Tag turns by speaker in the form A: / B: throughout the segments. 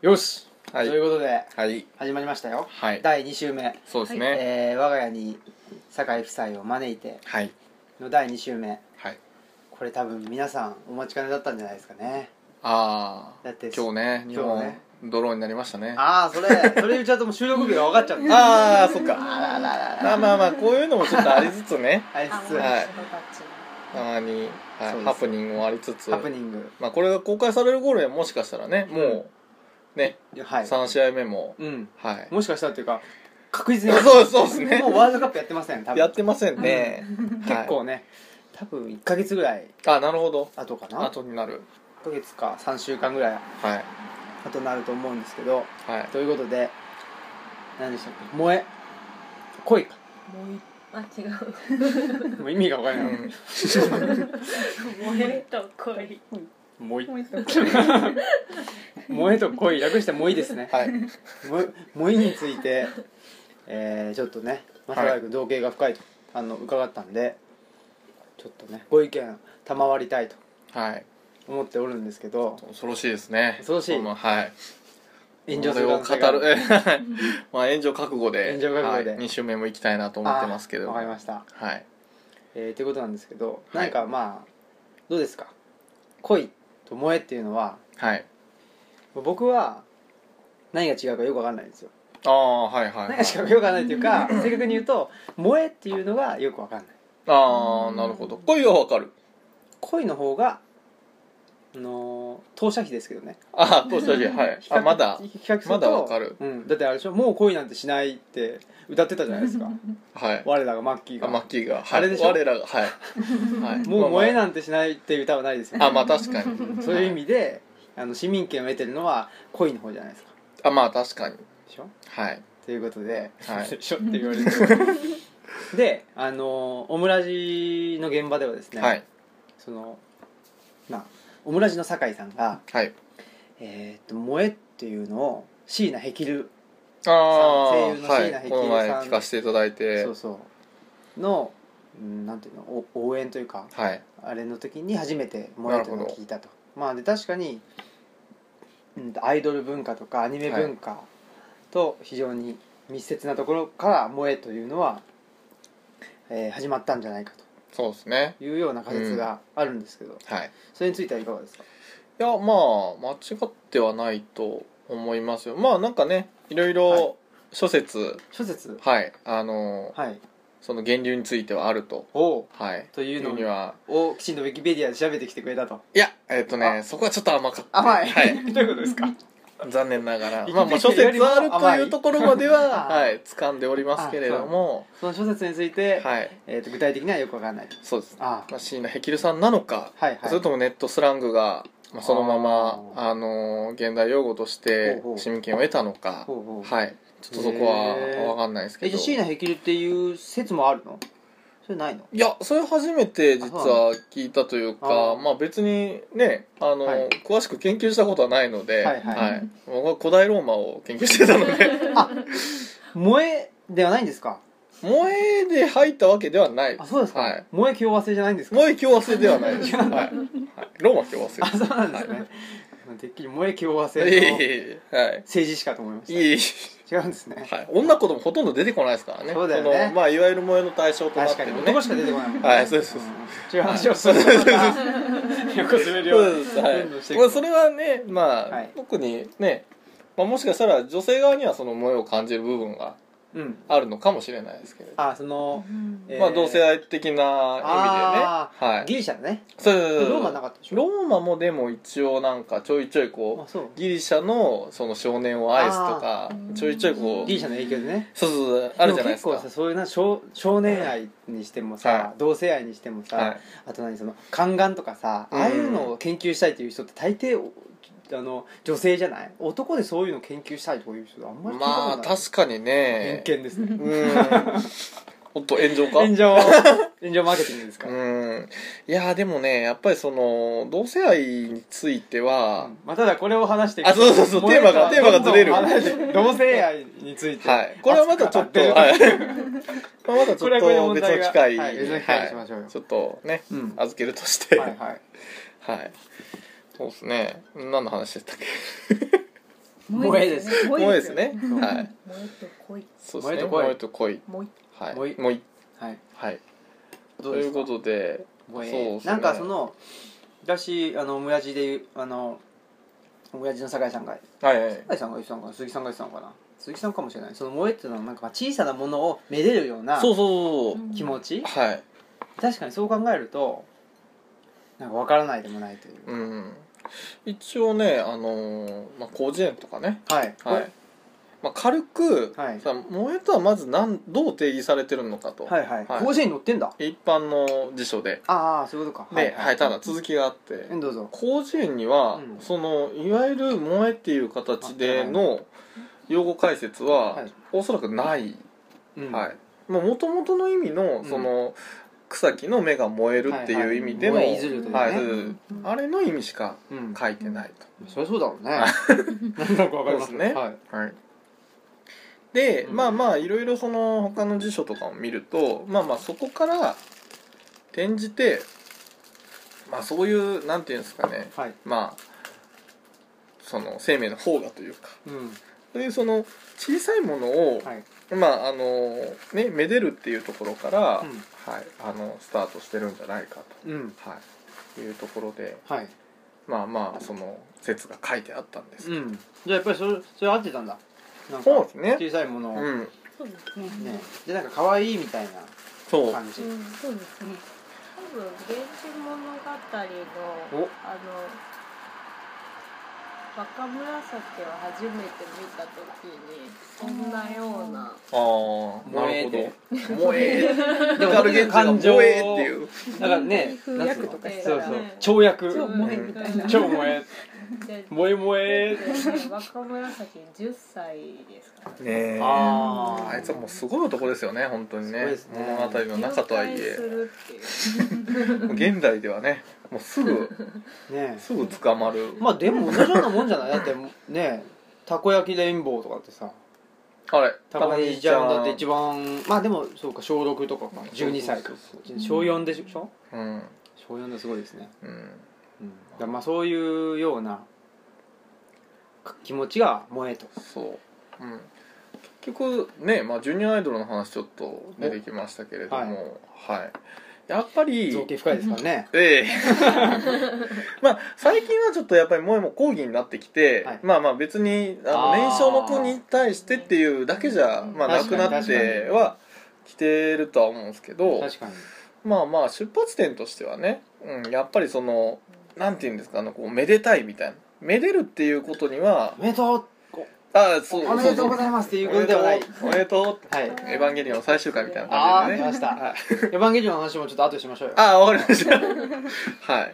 A: よし、
B: はい
A: ということで
B: はい
A: 始まりましたよ、
B: はい
A: 第2週目、
B: そうですね、
A: えー我が家に酒井夫妻を招いて
B: はい
A: の第2週目
B: はい
A: これ多分皆さんお待ちかねだったんじゃないですかね
B: ああ
A: だって
B: 今日ね日
A: 今日
B: 本
A: ね
B: ドローンになりましたね
A: ああそれそれ言っちゃうともう収録日が分かっちゃう
B: あーそっか
A: あららら
B: まあまあまあこういうのもちょっとありつつね
A: あれつ
C: あ、
A: つ、
C: もう
B: はい
C: すごかった
B: たまに、はい
A: そうです
B: ハプニングもありつつ
A: ハプニング
B: まあ、これが公開される頃にはもしかしたらねもうね、
A: はい
B: 3試合目も
A: うん
B: はい
A: もしかしたらというか確実に
B: そうそうですね
A: もうワールドカップやってません多分
B: やってませんね、はい
A: 結構ね多分1ヶ月ぐらい
B: あなるほど
A: 後かな
B: 後になる
A: 1ヶ月か3週間ぐらい
B: はい
A: 後になると思うんですけど
B: はい
A: ということで何でしたっけ萌え恋か
C: もういあ、違う。
A: もう意味が分からない、
B: う
C: 萌えと恋。
A: 萌え
C: 萌えと恋。
A: 萌えと恋略して萌えですね
B: ん、はい
A: 萌え萌えについて、えー、ちょっとね正
B: は
A: 原
B: い
A: 君同型が深いとあの伺ったんでちょっとねご意見賜りたいと
B: はい
A: 思っておるんですけど
B: 恐ろしいですね
A: 恐ろしい
B: そのはい
A: 炎上す
B: そ
A: る可能
B: れを語
A: 性があ
B: る まあ炎上覚悟で
A: 炎上覚悟で
B: 2週目も行きたいなと思ってますけ
A: あ
B: ど
A: ーわかり
B: は
A: ました
B: い
A: えー、ということなんですけど、
B: はい
A: なんかまあどうですか恋と萌えっていうのは
B: はい
A: 僕は何が違うかよく分かんないんですよ
B: ああはいは
A: 何
B: いはい
A: が違うかよく分かんないというか正確に言うと萌えっていうのがよく分かんない
B: ああなるほど恋はわかる
A: 恋の方があのー投射費ですけどね
B: ああ当時はい
A: 比較
B: あまだ
A: 比較すると
B: まだわかる
A: うん、だってあれでしょ「もう恋なんてしない」って歌ってたじゃないですか
B: はい
A: 我らがマッキー
B: あ
A: が
B: マッキーがはい
A: あれでしょ
B: 我ら がはいはい
A: もう萌え
B: い
A: なんてしない」っていう歌はないですよね
B: あまあ確かに
A: そういう意
B: は
A: 味であの市民権を得てるのは恋の方じゃないですか
B: あまあ確かに
A: でしょ
B: はい
A: ということで「
B: はい
A: で しょ」って言われてであのオムラジの現場ではですね、
B: はい
A: そのまあオムラジの酒井さんが
B: はい
A: 「えーっと萌え」っていうのを椎名ヘキル
B: ああ
A: 声優の
B: は
A: 椎名
B: い
A: ヘキル
B: こ
A: さん
B: の前聞かせていただいて
A: そうそうのうんなんていうのお応援というか
B: はい
A: あれの時に初めて萌えというの
B: な
A: を
B: るほど
A: 聞いたとまあで確かに、うん、アイドル文化とかアニメ文化と非常に密接なところから萌えというのは、えー始まったんじゃないか
B: そうですね
A: というような仮説があるんですけど、
B: はい
A: それについてはいかがですか
B: いやまあ間違ってはないと思いますよまあなんかねいろい
A: はい
B: ろ諸説
A: 諸説
B: はい、あの
A: はい
B: その源流についてはあると
A: を
B: はい
A: というの
B: には
A: をきちんとウィキペディアで調べてきてくれたと
B: いやえっ、と
A: あ
B: ねそこはちょっと甘かった
A: 甘い、
B: は い、
A: どういうことですか
B: 残念ながら
A: 生きてきて
B: まあまあ諸説あると
A: 甘
B: い
A: いう
B: ところまでは
A: あー
B: はい掴んでおりますけれども
A: その諸説について、
B: はい
A: えー、と具体的にはよくわからない
B: そうです
A: あ
B: まあ椎名ヘキルさんなのか、
A: はいはい
B: それともネットスラングが、まあ、そのまま
A: あ
B: あの現代用語とし
A: ほ
B: て
A: うほう
B: 市民権を得たのか
A: ほうほう
B: はいちょっとそこは
A: へー
B: 分かんないですけ
A: えじゃ
B: ど
A: あ椎名ヘキルっていう説もあるのそれないの
B: いやそれ初めて実は聞いたというか
A: あ
B: まあ別にねあの、
A: はい
B: 詳しく研究したことはないので、
A: はいはい
B: 僕は古代ローマを研究してた ので
A: あ萌えではないんですか
B: 萌えで入ったわけではない
A: あそうですか、
B: はい
A: 萌え共和制じゃないんですか
B: 萌え共和制ではない です、はいはい、ローマ共和制
A: あそうなんですね、てっきり萌え共和制
B: い
A: の
B: えい
A: 政
B: えいえはい
A: 治しかと思いまし
B: い
A: た
B: えいえ
A: 違うんですね
B: はい、女子供ほとんど出てこないですからね
A: そうだよね
B: このまあ、いわゆる萌えの対象となっ
A: 確
B: て
A: かに
B: るね
A: 男しか出てこないもんね
B: はいそうですそうで
A: ん違う話をするのが横滑りを
B: そうですは
A: どんどんして
B: い
A: いく
B: まあ、それはね、まあ
A: はい
B: 特にね、まあ、もしかしたら女性側にはその萌えを感じる部分が
A: うん
B: あるのかもしれないですけれど、
A: あその、えー
B: まあ、同性愛的な意味でね、
A: あ
B: はい、
A: ギリシャだね
B: そうそうそうそう
A: ローマなかったでしょ
B: ローマもでも一応なんかちょいちょいこ
A: あそう
B: うギリシャのその少年を愛すとか
C: ー
B: ちょいちょいこう
A: ギリシャの影響でね
B: そうそうそうあるじゃないです
A: も結構
B: か
A: さそういうな少少年愛にしてもさ、
B: はい
A: 同性愛にしてもさ、
B: はい
A: あと何その宦官とかさ
B: うん
A: ああいうのを研究したいという人って大抵おあの女性じゃない男でそういうの研究したいとかいう人あんまり聞いた
B: ま
A: こ
B: あ
A: とない、
B: 確かにね
A: 偏見ですね
B: うん おっと炎上か
A: 炎 上炎上マーケティングですから、
B: うんいやでもねやっぱりその同性愛については、
A: うんまあ、ただこれを話してい
B: あそうそうそう
A: もう一個
B: テーマがテーマがずれる
A: どんどん離て同性愛について
B: はいこれはまたちょっと、
A: 熱く語
B: は
A: て
B: い、まあまたち
A: こ
B: ょ
A: れはこれで
B: っと
A: 問
B: 別
A: 題
B: の
A: が
B: 機会に、
A: はい別の機会にしましょうよ
B: ちょっとね、
A: うん
B: 預けるとして
A: は
B: はいい、
A: はい
B: そうですね何の話でしたっけ
A: 萌えです
B: 萌えです。ね
A: そう
B: はい
C: 萌えと恋。
B: そうですね
A: 萌
B: 萌
A: え
B: えと恋
C: 萌
B: はい
A: 萌え
B: 萌え
A: はい
B: はい
A: ど
B: と
A: うで
B: い
A: す
B: う
A: か
B: ことで
A: 萌え
B: そうですね
A: なんかその私あの親父であの親父の酒井さんが
B: はいはい
A: 酒井さんが言ってたのかな鈴木さんが言ってたのかな鈴木さんかもしれないその萌えっていうのはなんかまあ小さなものをめでるような
B: そうそうそう
A: 気持ち
B: はい
A: 確かにそう考えるとなんかわからないでもないという
B: うん一応ねあのーまあ広辞苑とかね
A: はい
B: はいまあ、軽く、
A: はい
B: さ萌えとはまずなんどう定義されてるのかと、
A: はいはい
B: はい
A: 甲子園に乗ってんだ
B: 一般の辞書で
A: ああそういうことか
B: で、はいただ続きがあって、
A: うんどうぞ
B: 広辞苑には、
A: うん
B: そのいわゆる萌えっていう形での用語解説は、
A: はい
B: おそらくない、
A: うん
B: はいもともとの意味のその、草木の芽が燃えるっ
A: はい
B: てい
A: は
B: う
A: い
B: 意味での、
A: 燃えいずるというね
B: はいずあれの意味しか
A: うん
B: 書いてないと、
A: そりゃそうだろうね なんとなくわかります
B: そうですね
A: はい
B: はい、で、
A: うん
B: まあまあいろいろその他の辞書とかを見るとまあまあそこから転じてまあそういうなんていうんですかね
A: はい
B: まあその生命の方がというか
A: うん
B: そういうその小さいものを、
A: はい
B: まああのねめでるっていうところから、はい
A: うん
B: あのスタートしてるんじゃないか
A: うん
B: と、はい、いうところで
A: はい
B: まあまあその説が書いてあったんです
A: う
B: けど、
A: んじゃあやっぱりそれそれ合ってたんだなんか
B: そうですね
A: 小さいものを
B: う
A: ね
B: ん、
C: そうですね。
A: でなんか可愛いみたい
B: そう
A: な感じ
C: うん、そうですね。多分源氏物語の
A: お
C: あの若紫を初めて見た時にそんなような
B: ああなるほ
A: 萌
B: ど萌え
A: でも
B: 光源氏が
A: 感
B: 萌
A: 情を
B: えっていう
A: だからね
C: 風
A: なん
C: 訳
A: つう
C: と
A: の
C: かした
A: そう
C: ら
A: そう
C: ね
A: 跳躍
C: 超萌え
B: うん
C: みたいな。
A: 超萌え
C: で
A: 萌え萌え
C: 若紫10歳ですから
B: ねえ
A: あー
B: あいつはもうすごい男ですよね本当に
A: すごい
B: ね
A: ですね
B: 物語の中とはいえ
C: 了解するっていう
B: 現代ではねもう すぐ
A: ね
B: すぐ捕まる
A: まあでも同じようなもんじゃないだってねたこ焼きレインボーとかってさ
B: あれ
A: たこ焼きちゃんだって
B: 番
A: 一番まあでもそうか小6とかか12歳か
B: そう
C: う
A: 小4でしょ
B: うん
A: 小4ですごいですね
B: うん
A: うんだからまあそういうような気持ちが萌えと
B: そううん結局ねまあジュニアアイドルの話ちょっと出てきましたけれどもはいやっぱり
A: 造形深いですからね
B: ええ まあ最近はちょっとやっぱり萌えも講義になってきて、
A: はい
B: まあまあ別にあの
A: あー
B: 年少の子に対してっていうだけじゃまあな
A: 確か
B: く
A: に
B: なってはきてるとは思うんですけど
A: 確かに
B: まあまあ出発点としてはね、うん、やっぱりそのなんていうんですかあのこうめでたいみたいなめでるっていうことには
A: おめでとう
B: ああそう
A: おめでとうご
B: い
A: ざいますっていうことではない
B: おめでとう
A: はい
B: エヴァンゲリオンの最終回みたいな
A: ああ出
B: 感じで
A: ま
B: ね
A: した
B: は
A: エ
B: い
A: ヴァンゲリオンの話もちょっと後にしましょうよ
B: ああわかりました は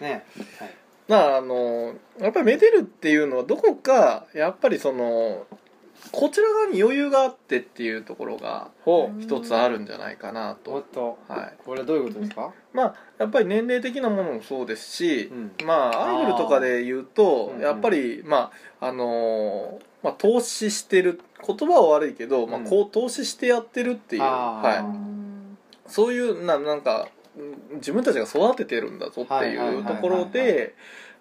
B: い
A: ねはい
B: まああのやっぱりめでるっていうのはどこかやっぱりそのこちら側に余裕があってっていうところが
A: ほ
B: 一つあるんじゃないかな
A: うおっ
B: と、
A: と
B: はい、
A: これはどういうことですか
B: まあやっぱり年齢的なものもそうですし
A: う、ん
B: まあアイドルとかで言うと
A: あー
B: やっぱりまああのまあ投資してる言葉は悪いけど、まあ、
A: うん
B: こう投資してやってるっていう、
A: あー
B: はい、そういうななんかうん自分たちが育ててるんだぞって
A: はいはいはい
B: い
A: は
B: う
A: い
B: ところで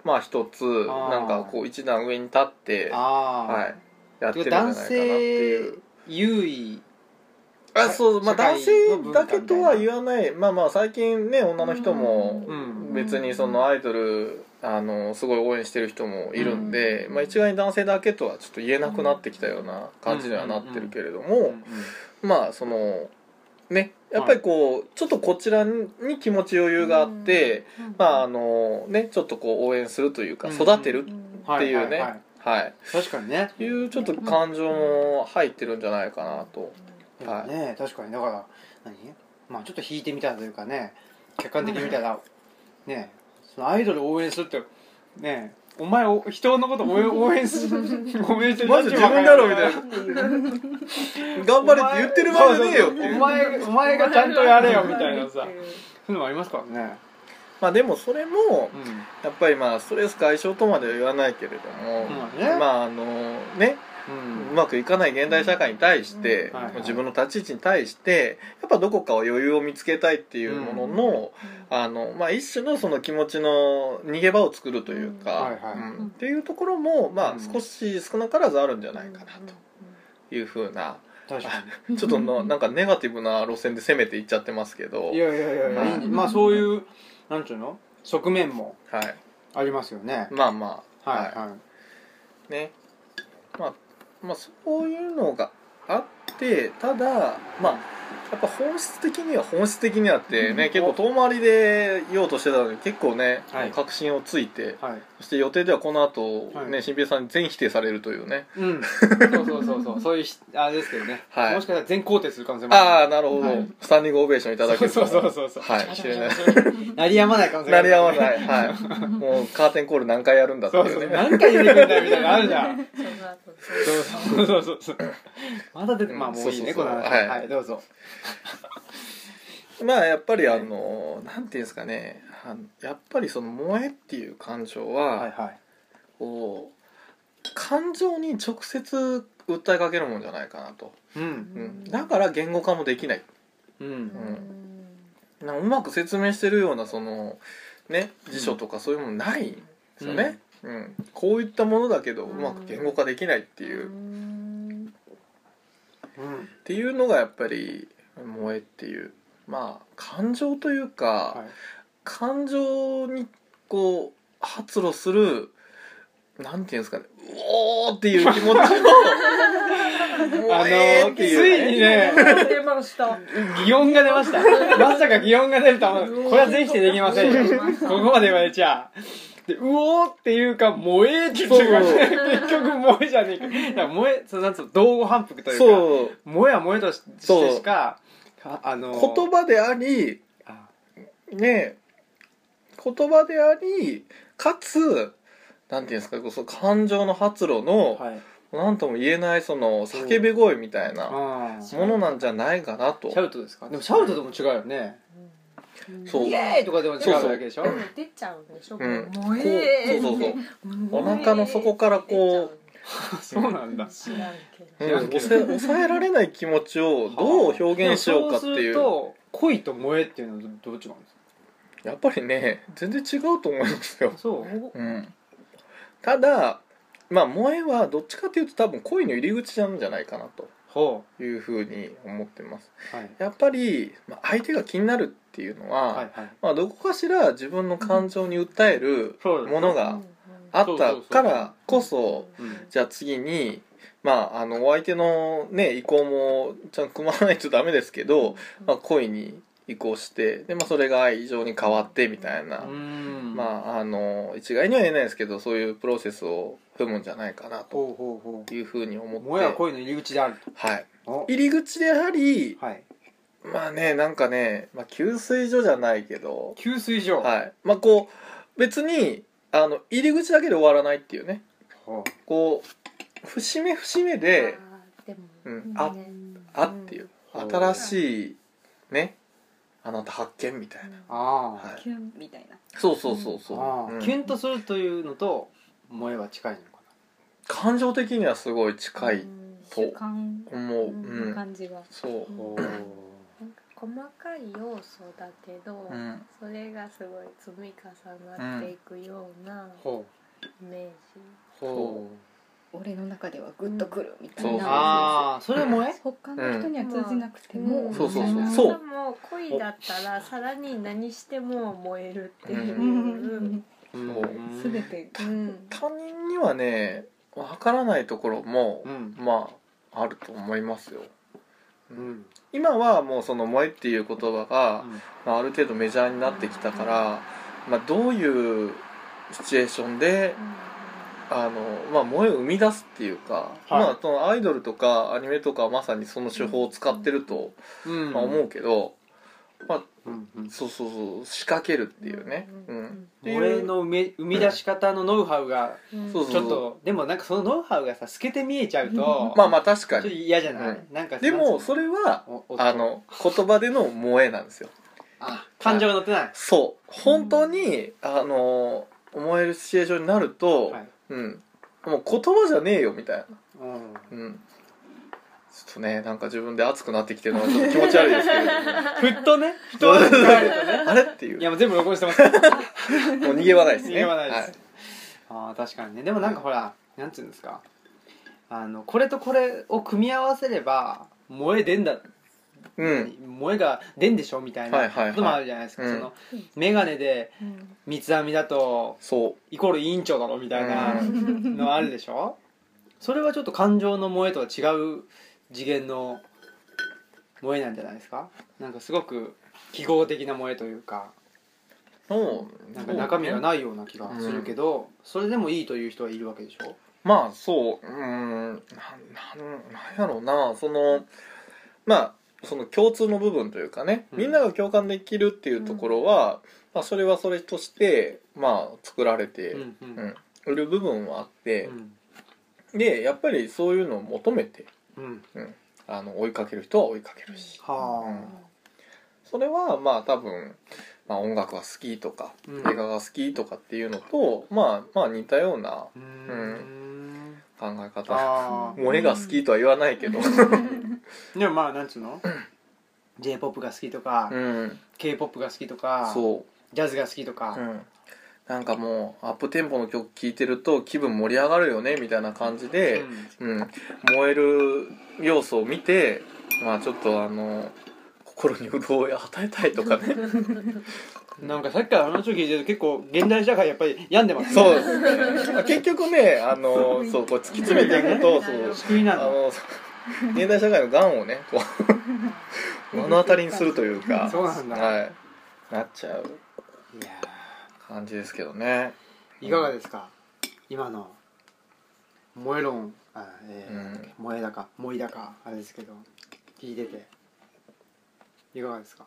B: まあ一つ
A: あー
B: なんかこう一段上に立って、は
A: ああ
B: い、やってるんじゃないかなっていう。
A: 優位
B: あそうまあ、
A: 社会
B: 男
A: の
B: 性
A: 文化
B: だけとは言わないまあまあ最近ね女の人も
A: うん
B: 別にそのアイドルあのすごい応援してる人もいるんで、
C: うん
B: まあ、一概に男性だけとはちょっと言えなくなってきたような感じにはなってるけれども、
A: うん
B: まあそのねやっぱりこう、ちょっとこちらに気持ち余裕があって、まああのねちょっとこう応援するというか
A: うん
B: 育てる
C: う
B: っ
C: ん
A: は
B: ていうね、
A: は
B: はい
A: はいい確かにね
B: いうちょっと感情も入ってるんじゃないかなと、はい
A: ね確かにだから何まあちょっと引いてみたというかね客観的に見たらねそのアイドルを応援するってねお前を人のこと応 援応援する応援してる
B: マジで自分だろみたいな頑張れって言ってる場合じゃねえよってい
A: お
B: う
A: 前お前がちゃんとやれよみたいなさそういうのもありますからね
B: まあでもそれも
A: うん
B: やっぱりまあストレス解消とまでは言わないけれども、
A: まあね
B: まああのねうまくいかない現代社会に対して、
A: うんはいはい
B: 自分の立ち位置に対してやっぱどこかを余裕を見つけたいっていうものの、あのまあ、一種のその気持ちの逃げ場を作るという
A: うん
B: か
A: はいはい
B: うんっていうところも、ま
A: う
B: あ、
A: ん
B: 少し少なからずあるんじゃ
C: じ
B: ないかなというふうな、
A: 確か
B: ちょっとのなんかネガティブな路線で攻めていっちゃってますけど
A: にい、やいやいやいや、
B: はい
A: いいまあそういうなんちゅうの側面も
B: はい、
A: ありますよね、
B: まあまあ、
A: はいは
B: ねまあ、まあそういうのがあってただまあやっぱ本質的には本質的にはってね、
A: うん
B: 結構遠回りで言おうとしてたのに結構ね、
A: はい
B: 確信をついて
A: い、はい、
B: そして予定ではこの後、
A: は
B: ね新平さんに全否定されるというね
A: うんそうそうそうそうそういうひあれですけどね、
B: はい
A: もしかしたら全肯定する可能性も
B: ああなるほど、
A: はい
B: スタンディングオベーションいただけ
A: そう
B: ると
A: そうそうそうそう
B: はい知れない
A: 鳴りやまない可能性
B: 鳴り合わ
A: い
B: ないはいもうカーテンコール何回やるんだってい
A: そうう
B: ね
A: そう何回出てくるんだよみたいなのあるじゃん
C: その後
A: そうそうそうそうまだ出て
B: うん
A: まあもういいね
B: そ
A: こ
B: うそうそう
A: の話
B: はい
A: はいどうぞ
B: まあやっぱりあのなんていうんですかねあのやっぱりその萌えっていう感情は、
A: はいはい
B: を感情に直接訴えかけるもんじゃないかなと、
A: うん
B: う、
C: うんん
B: だから言語化もできない
A: うん
B: なうまく説明してるようなそのね辞書とかそういうものないんですよね、うんこういったものだけどう
C: うん
B: まく言語化できないって
C: て
B: いう、っ
C: ん
A: うん
B: ていうのがやっぱり萌えっていうまあ感情というか、
A: はい
B: 感情にこう発露するなんていうんですかねうおーって いう気持ちを
A: あ
B: あ
A: の
B: えーっ
A: ー
B: て
A: つ
B: いう
A: いに
B: ね
A: ね
C: テーマの下
A: 擬音が出ました まさか擬音が出るとは思うこれは全否定できませんよここまで言われちゃでうおーっていうか「萌え」っていうか結局「萌え」じゃねえかだから萌えそうなんつうの道後反復というか
B: そう
A: 萌えは萌えとし
B: そう
A: してしかかあのー
B: 言葉であり
A: あ
B: ね言葉でありかつなんていうんですかこうその感情の発露の、
A: はい
B: なんとも言えないその叫び声みたいなも
A: あー
B: のなんじゃないかなと
A: シャウトですかでもシャウトとも違うよね
B: そう
A: イエーイとかでも違うだけでしょ
C: 出ちゃうんでしょ
B: うんこ
C: 萌
B: う
C: え
B: そうそうそうお腹の底からこう
A: そうなんだ
C: 知らんけど
A: 知らんけど
B: 抑え抑えられない気持ちを どう表現しようかってい
A: でもそうする
B: う
A: と恋と萌えっていうのはどっちなんですか
B: やっぱりね全然違うと思いますよ、
A: そう
B: うん、ただまあ萌えはどっちかというと多分恋の入り口なんじゃないかなと
A: ほ
B: いうふうに思ってます
A: うはい
B: やっぱり、まあ、相手が気になるっていうのは、
A: はいはい
B: まあ、どこかしら自分の感情に訴える
A: そうですね
B: ものがあったからこそ
A: うん
B: じゃあ次にまああのお相手のね意向もちゃんと組まないとダメですけど、まあ、恋に移行してで、まあ、それが愛情に変わってみたいな、
A: うん
B: まああの一概には言えないですけどそういうプロセスを踏むんじゃないかなと
A: ほうほうほ
B: いうふうに思
A: う
B: って
A: 萌えは恋の入り口である
B: はい、
A: と
B: 入り口でやはり
A: はい
B: まあねなんかね、まあ、給水所じゃないけど、
A: 給水所
B: はいまあ、こう別にあの入り口だけで終わらないっていうね
A: ほう
B: こう節目節目でうんああっていう
A: うん
B: 新しいねあなた発見みたいな、
A: あ
B: は
A: ー
B: い
D: キュンみたいな
B: そうそうそうそう、
A: あ
B: う
A: ー
B: ん
A: キュンとするというのと萌えは近いのか
B: 感情的にはすごい近い
D: 主観
B: 思う、う
D: の
B: ん、
D: 感じが
B: そう
A: な
C: うん
A: ほ
C: なんか細かい要素だけど、
B: うん
C: それがすごい積み重なっていくような
A: うほ
C: イメージ、
A: うほう
D: 俺の中ではグッとくるみたい
B: そう
D: な
A: ああそれ萌え
D: 他の人には通じなくても
C: ん
B: そうそうそう
D: みたいな
B: そう
C: でも恋だったらさらに何しても燃えるっていう、
B: う
D: うん
A: うん
D: 全て
C: うん
B: 他人にはねわからないところも
A: う、ん
B: まああると思いますよ
A: うん
B: 今はもうその「萌え」っていう言葉が、
A: うん
B: まあ、ある程度メジャーになってきたから、まあ、どういうシチュエーションであの、まあ、萌えを生み出すっていうか、
A: はい
B: まあ、そのアイドルとかアニメとかはまさにその手法を使ってると、
A: うん
B: まあ、思うけど、
A: うんうん
B: そうそうそう仕掛けるっていうね、うんっていう
A: 萌えの生み生み出し方のノウハウが
C: うん
B: そうそう
A: ちょっとでもなんかそのノウハウがさ透けて見えちゃうと
B: まあまあ確か
A: ちょっと
B: に
A: 嫌じゃない、なんか
B: でもそれは
A: おおっと
B: あの言葉での萌えなんですよ
A: あ感情が乗ってない、
B: そう本当に、あの思えるシチュエーションになると、
A: はい
B: うんもう言葉じゃねえよみたいな、
A: うん、
B: うん、ちょっとねなんか自分で熱くなってきてる のがちょっと気持ち悪いです
A: ふっとねふ
B: けど
A: とね
B: あれっていう
A: いやもう全部録音してますから
B: もう逃げ場ないです
A: 逃
B: ね
A: げ場ないです
B: はい
A: ああ確かにねでもなんかほら、なんていうんですかあのこれとこれを組み合わせれば萌え出んだ、
B: うん
A: 萌えが出んでしょみたい
B: は
A: ない
B: はいはい
A: こともあるじゃないですか、
B: うん
A: その眼鏡で
C: うん
A: 三つ編みだと
B: そう
A: イコール委員長だろみたいな
B: う
A: のあるでしょ、それはちょっと感情の萌えとは違う次元の萌えなんじゃないですかなんかすごく記号的な萌えというか
B: そう
A: なんか中身がないような気がするけど、それでもいいという人はいるわけでしょ
B: まあそううーんなんなんなんやろうなそのまあその共通の部分というかね、
A: うん
B: みんなが共感できるっていうところは、まあ、それはそれとしてまあ作られて
A: うんうん
B: うんいる部分はあって
A: う、ん
B: でやっぱりそういうのを求めて
A: うん
B: あの追いかける人は追いかけるしう
A: は
B: んそれはまあ多分、まあ、音楽が好きとか
A: うん
B: 映画が好きとかっていうのと、まあまあ似たような
A: あうーん
B: 考え方
A: あ
B: 萌えが好きとは言わないけど
A: あでもまあなんつうの j p o p が好きとか、
B: うん
A: k p o p が好きとか
B: そう
A: ジャズが好きとか、
B: うん、なんかもうアップテンポの曲聴いてると気分盛り上がるよねみたいな感じで、うん燃える要素を見て、まあ、ちょっとあの心に潤いを与えたいとかね
A: うんなんかさっきから話を聞いてると結構現代社会やっぱり病んでます
B: そうですねまあ結局ねあのそうこう突き詰めていくとそう
A: 仕組みな
B: あ
A: んだ
B: の現代社会のがんをねこう 目の当たりにするというか
A: そうなんだ
B: はい、なっちゃう
A: いや
B: 感じですけどね。
A: ーいかがですか今の萌え論あ、えー
B: うん
A: なんだっけ萌えだか萌えだかあれですけど聞いてていかがですか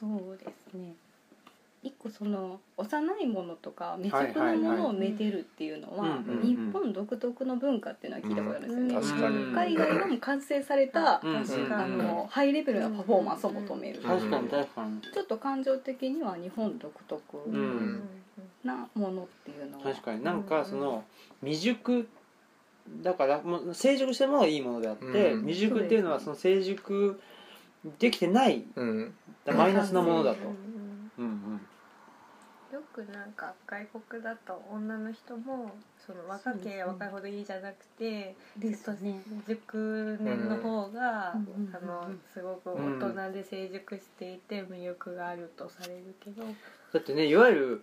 D: そうですね一個その幼いものとか未
A: はい
D: 熟
A: は
D: ないものをめでるっていうの
A: うん
D: は
A: うん
B: うん
D: 日本独特の文化っていうのは聞いたことあるんです
B: 確
D: よね、
B: かに、
A: うん
D: 海外でも完成された、
A: うん
C: 確
D: あ
C: かに
D: のハイレベルなパフォーマンスを求め
B: う
D: る、
B: ん確かに
A: 確かに
D: ちょっと感情的には日本独特
A: うん
D: なものっていうのは、
A: 確かになんかその未熟だからもう成熟したものがいいものであって、
B: うん
A: 未熟っていうのはその成熟できてない
B: うん
A: マイナスなものだと、うん
C: よくなんか外国だと女の人もその若ければ若いほどいいじゃなくて
D: ですね
C: 熟年の方が、
D: うん
C: あのすごく大人で成熟していて魅力があるとされるけど、
A: だってねいわゆる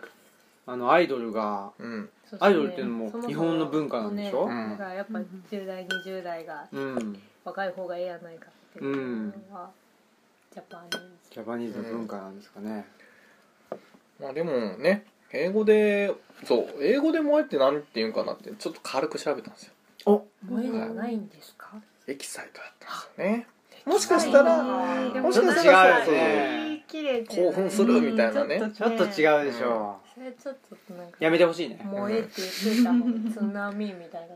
A: あのアイドルが
B: うん
C: そうですね
A: アイドルっていうのも日本の文化なんでしょ
C: そう
B: うん
C: だからやっぱ10代20代が
A: うん
C: 若い方がええやないかっていうのはジャパン
A: ジャパニーズの文化なんですかね、
B: まあでもね英語でそう英語で萌えって何て言うんかなってちょっと軽く調べたんですよ
A: お
C: に萌えじゃないんですか、
B: エキサイトだったんですよねもしかした
A: は
B: ら
A: い
C: で
B: もし
A: ちょ
B: か
A: っと
B: し
A: 違
B: たら
A: う
B: そ
A: よ
B: う
A: ね
C: 言い切れてない
B: 興奮するみたいなね
C: うん
A: ちょっと
C: ね
A: 違うでしょ
C: それちょっとなんか
A: やめてほしいね
C: 萌えって言ってたもん津波みたい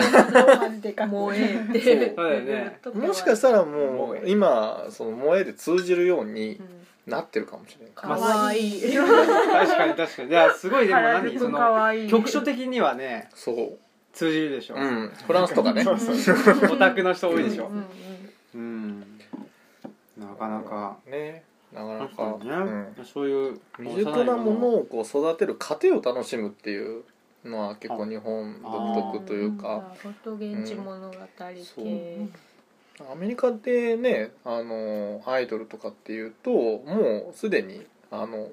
C: な萌えって
B: そう
A: そうだよね
B: もしかしたらも
A: 萌
B: う
A: え
B: 今その萌えで通じるように
C: うん
B: なってるかもしれない
C: かわいい
A: 確かに確かにいやすごいでも
C: 原
A: 何そ
C: 宿か
A: の
C: わいい
A: 局所的にはね
B: そう
A: 通じるでしょ、
B: うんフランスとかね
A: そうそうオタクの人多いでしょ
C: うんうん
A: うんなかなか
B: ねなかな
A: 確
B: か
A: か、にね、
B: うん、
A: そういう
B: 未熟なものをこう育てる過程を楽しむっていうのは結構日本独特というか
C: 本当現地物語
B: そう
C: 系
B: アメリカでねあのアイドルとかっていうともうすでにあの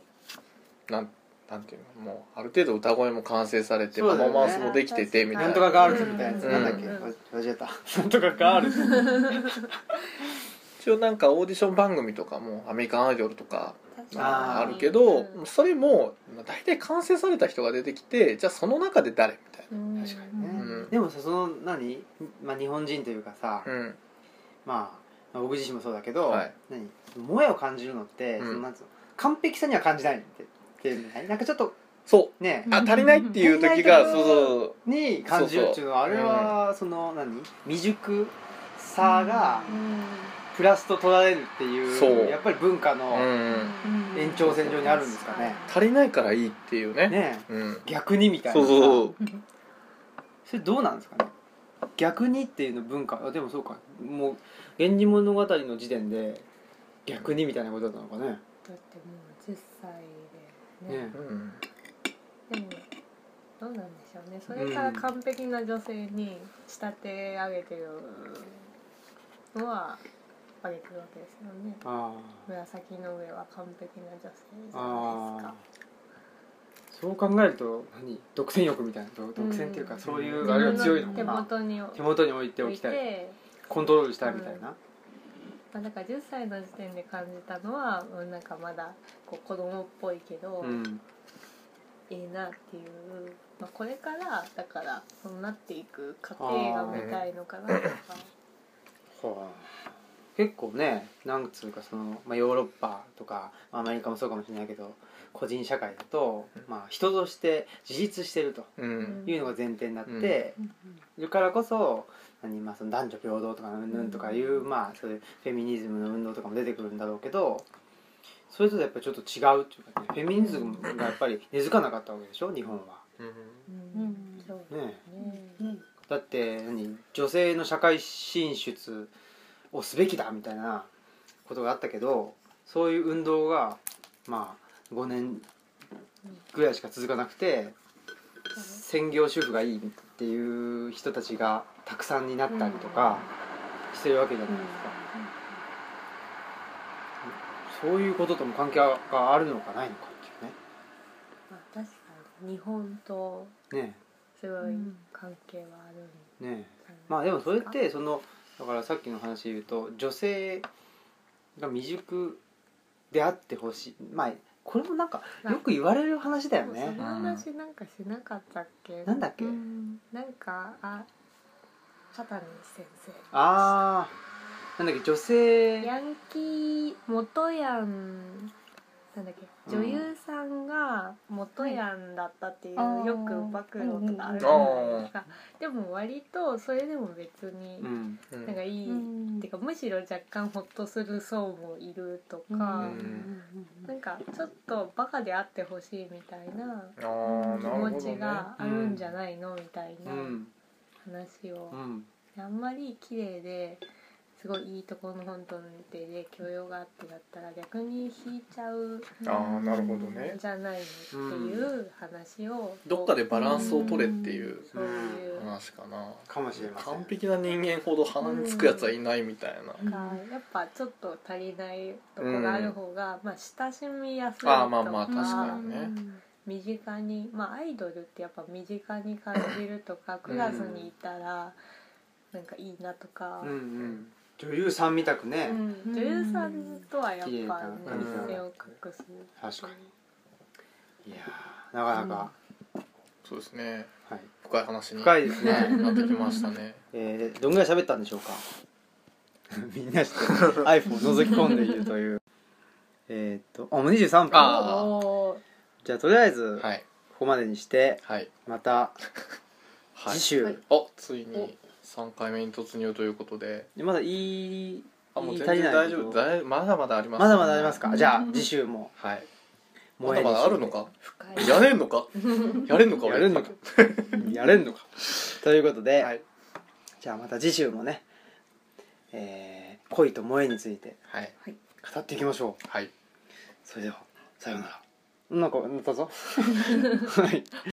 B: なんなんていうのもうある程度歌声も完成されて、
A: そう
B: パ
A: だ
B: フ
A: よね
B: ォーマンスもできててみたいな
A: なんとかガールズみたいなやつ、
B: うん
A: なんだっけ、
C: うん
A: 間違えたなんとかガールズ
B: 一応なんかオーディション番組とかもアメリカンアイドルとか
A: あー
B: あるけど
C: うん
B: それも大体完成された人が出てきてじゃあその中で誰みたい
C: うん
A: 確かにね、
B: うん
A: でもさその何、まあ、日本人というかさ、
B: なうん
A: まあ、まあ僕自身もそうだけど、
B: はい
A: 何萌えを感じるのって、
B: うん
A: そのなんつうの完璧さには感じないってっていうのないなんかちょっと
B: そ
A: ね
B: うあ足りないっていう時
A: 足
B: が
A: りない
B: そう
A: と
B: そう
A: に感じるっていうのは
B: そうそう
A: あれはその何未熟さが
C: う
A: プラスと取られるっていう,、
B: そう
A: やっぱり文化の
B: うん
C: ん
A: 延長線上にあるんですかね、
B: 足りないからいいっていうね
A: ねえ
B: うん
A: 逆にみたいな
B: そう
A: さ
B: そうそう
A: それどうなんですかね逆にっていうの文化あでもそうかもう「源氏物語」の時点で逆にみたいなことだったのかね
C: だってもう10歳でね
A: ね
B: うん
C: でもどうなんでしょうねそれから完璧な女性に仕立て上げてるのはやっぱり来るわけですよね
A: ああ
C: 紫の上は完璧な女性じゃないです
A: ああ
C: か
A: そう考えると何独占欲みたいなど独占っていうか、
B: うん
A: そうい
B: ー
A: う
C: 自
A: あれ
C: 分
A: が強い
C: の
A: の
C: 手
A: かな
C: 元に
A: 手元に置いてお
C: 置い
A: きたい
C: て
A: コントロールしたいみたいな、
C: まあ、だから10歳の時点で感じたのはうんなんかまだこう子供っぽいけど、
A: うん
C: いいなっていう、まあ、これからだからそうなっていく過程が見たいのかなとか、
A: はあ結構ねなんつうかその、まあ、ヨーロッパとかまあアメリカもそうかもしれないけど個人社会だと、まあ、人として自立してると
B: うん
A: いうのが前提になって、いるからこそ何、まあ、その男女平等とかうんぬんとかいう、まあ、そういうフェミニズムの運動とかも出てくるんだろうけどそれとやっぱりちょっと違うっていうかねフェミニズムがやっぱり根付かなかったわけでしょ日本は。
B: うん
D: うん
C: そう
A: ねえ
C: ね、
D: うん
A: だって何女性の社会進出をすべきだみたいなことがあったけどそういう運動がまあ5年ぐらいしか続かなくて専業主婦がいいっていう人たちがたくさんになったりとかしてるわけじゃないですか、そういうこととも関係があるのかないのかっ
C: まあ、確かに日本と
A: ていうねね
C: すご
D: う
C: い
D: ん
C: 関係はあるん
A: えねえ
C: じゃない
A: まあでもそれってそのだからさっきの話で言うと女性が未熟であってほしいまあこれもなんかよく言われる話だよ
C: でもそ
A: ね
C: の話なんかしなかったっけ
A: なんだっけ
C: うんなんかあ片西先生
A: ああなんだっけ女性
C: ヤンキー元ヤンなんだっけ
A: うん
C: 女優さんが元ヤンだったっていう、
D: はい
C: よく暴露とかあるじゃないですか、でも割とそれでも別に
A: うん
B: うん
C: なんかいい、
D: うん
C: てかむしろ若干ホッとする層もいると
D: うん
C: か、
D: うん
C: なんかちょっとバカであってほしいみたいな
B: あー
C: 気
B: なるほど
C: 持
B: ね
C: ちがあるんじゃないのみたいな
A: うん
C: 話を
A: う、ん
C: あんまり綺麗ですごいいいところの本当でで教養があってだったら逆に引いちゃう
B: あーなるほどね
C: じゃないのっていう話を、
B: どっかでバランスを取れっていう
C: そういう、
B: 話かな
A: かもしれません
B: 完璧な人間ほど鼻につくやつはいないみたいな
D: うん
C: なんかやっぱちょっと足りないとこがある方が、まあ親しみやすいと
B: あ
C: か
B: ーまあまあ確かにね
C: 身近にまあアイドルってやっぱ身近に感じるとかクラスにいたらなんかいいなとか、
A: うんうん女優さんみたくね、
C: うん女優さんとはやっぱ
A: 綺麗な
B: 髪
C: 目線を隠す、
A: 確かにいやーなかなか、
B: そうですね
A: はい、
B: 深い話に
A: 深いですね
B: なってきましたね
A: えー、どんぐらい喋ったんでしょうか みんなして iPhone を覗き込んでいるというえーっと あもう23分
B: あー
C: おー
A: じゃあとりあえず
B: はい
A: ここまでにして
B: はい
A: また
B: はい
A: 次週、
D: はい
B: あついに3回目に突入ということで
A: まだいい
B: あもう
A: 言い
B: 全
A: 足り
B: 然
A: ない
B: 大
A: け
B: 丈
A: ど
B: 夫だいまだまだあります
A: まだまだありますかじゃあ
D: うん
A: 次週も
B: はいま
A: 萌えに
B: だま
A: し
B: だあるのか
D: 深い
B: やれんのかやれんのか
A: やれんのかやれんのかということで、
B: はい
A: じゃあまた次週もね、えー恋と萌えについて
B: はい
A: 語っていきましょう
B: はい
A: それではさようならなんか鳴ったぞはい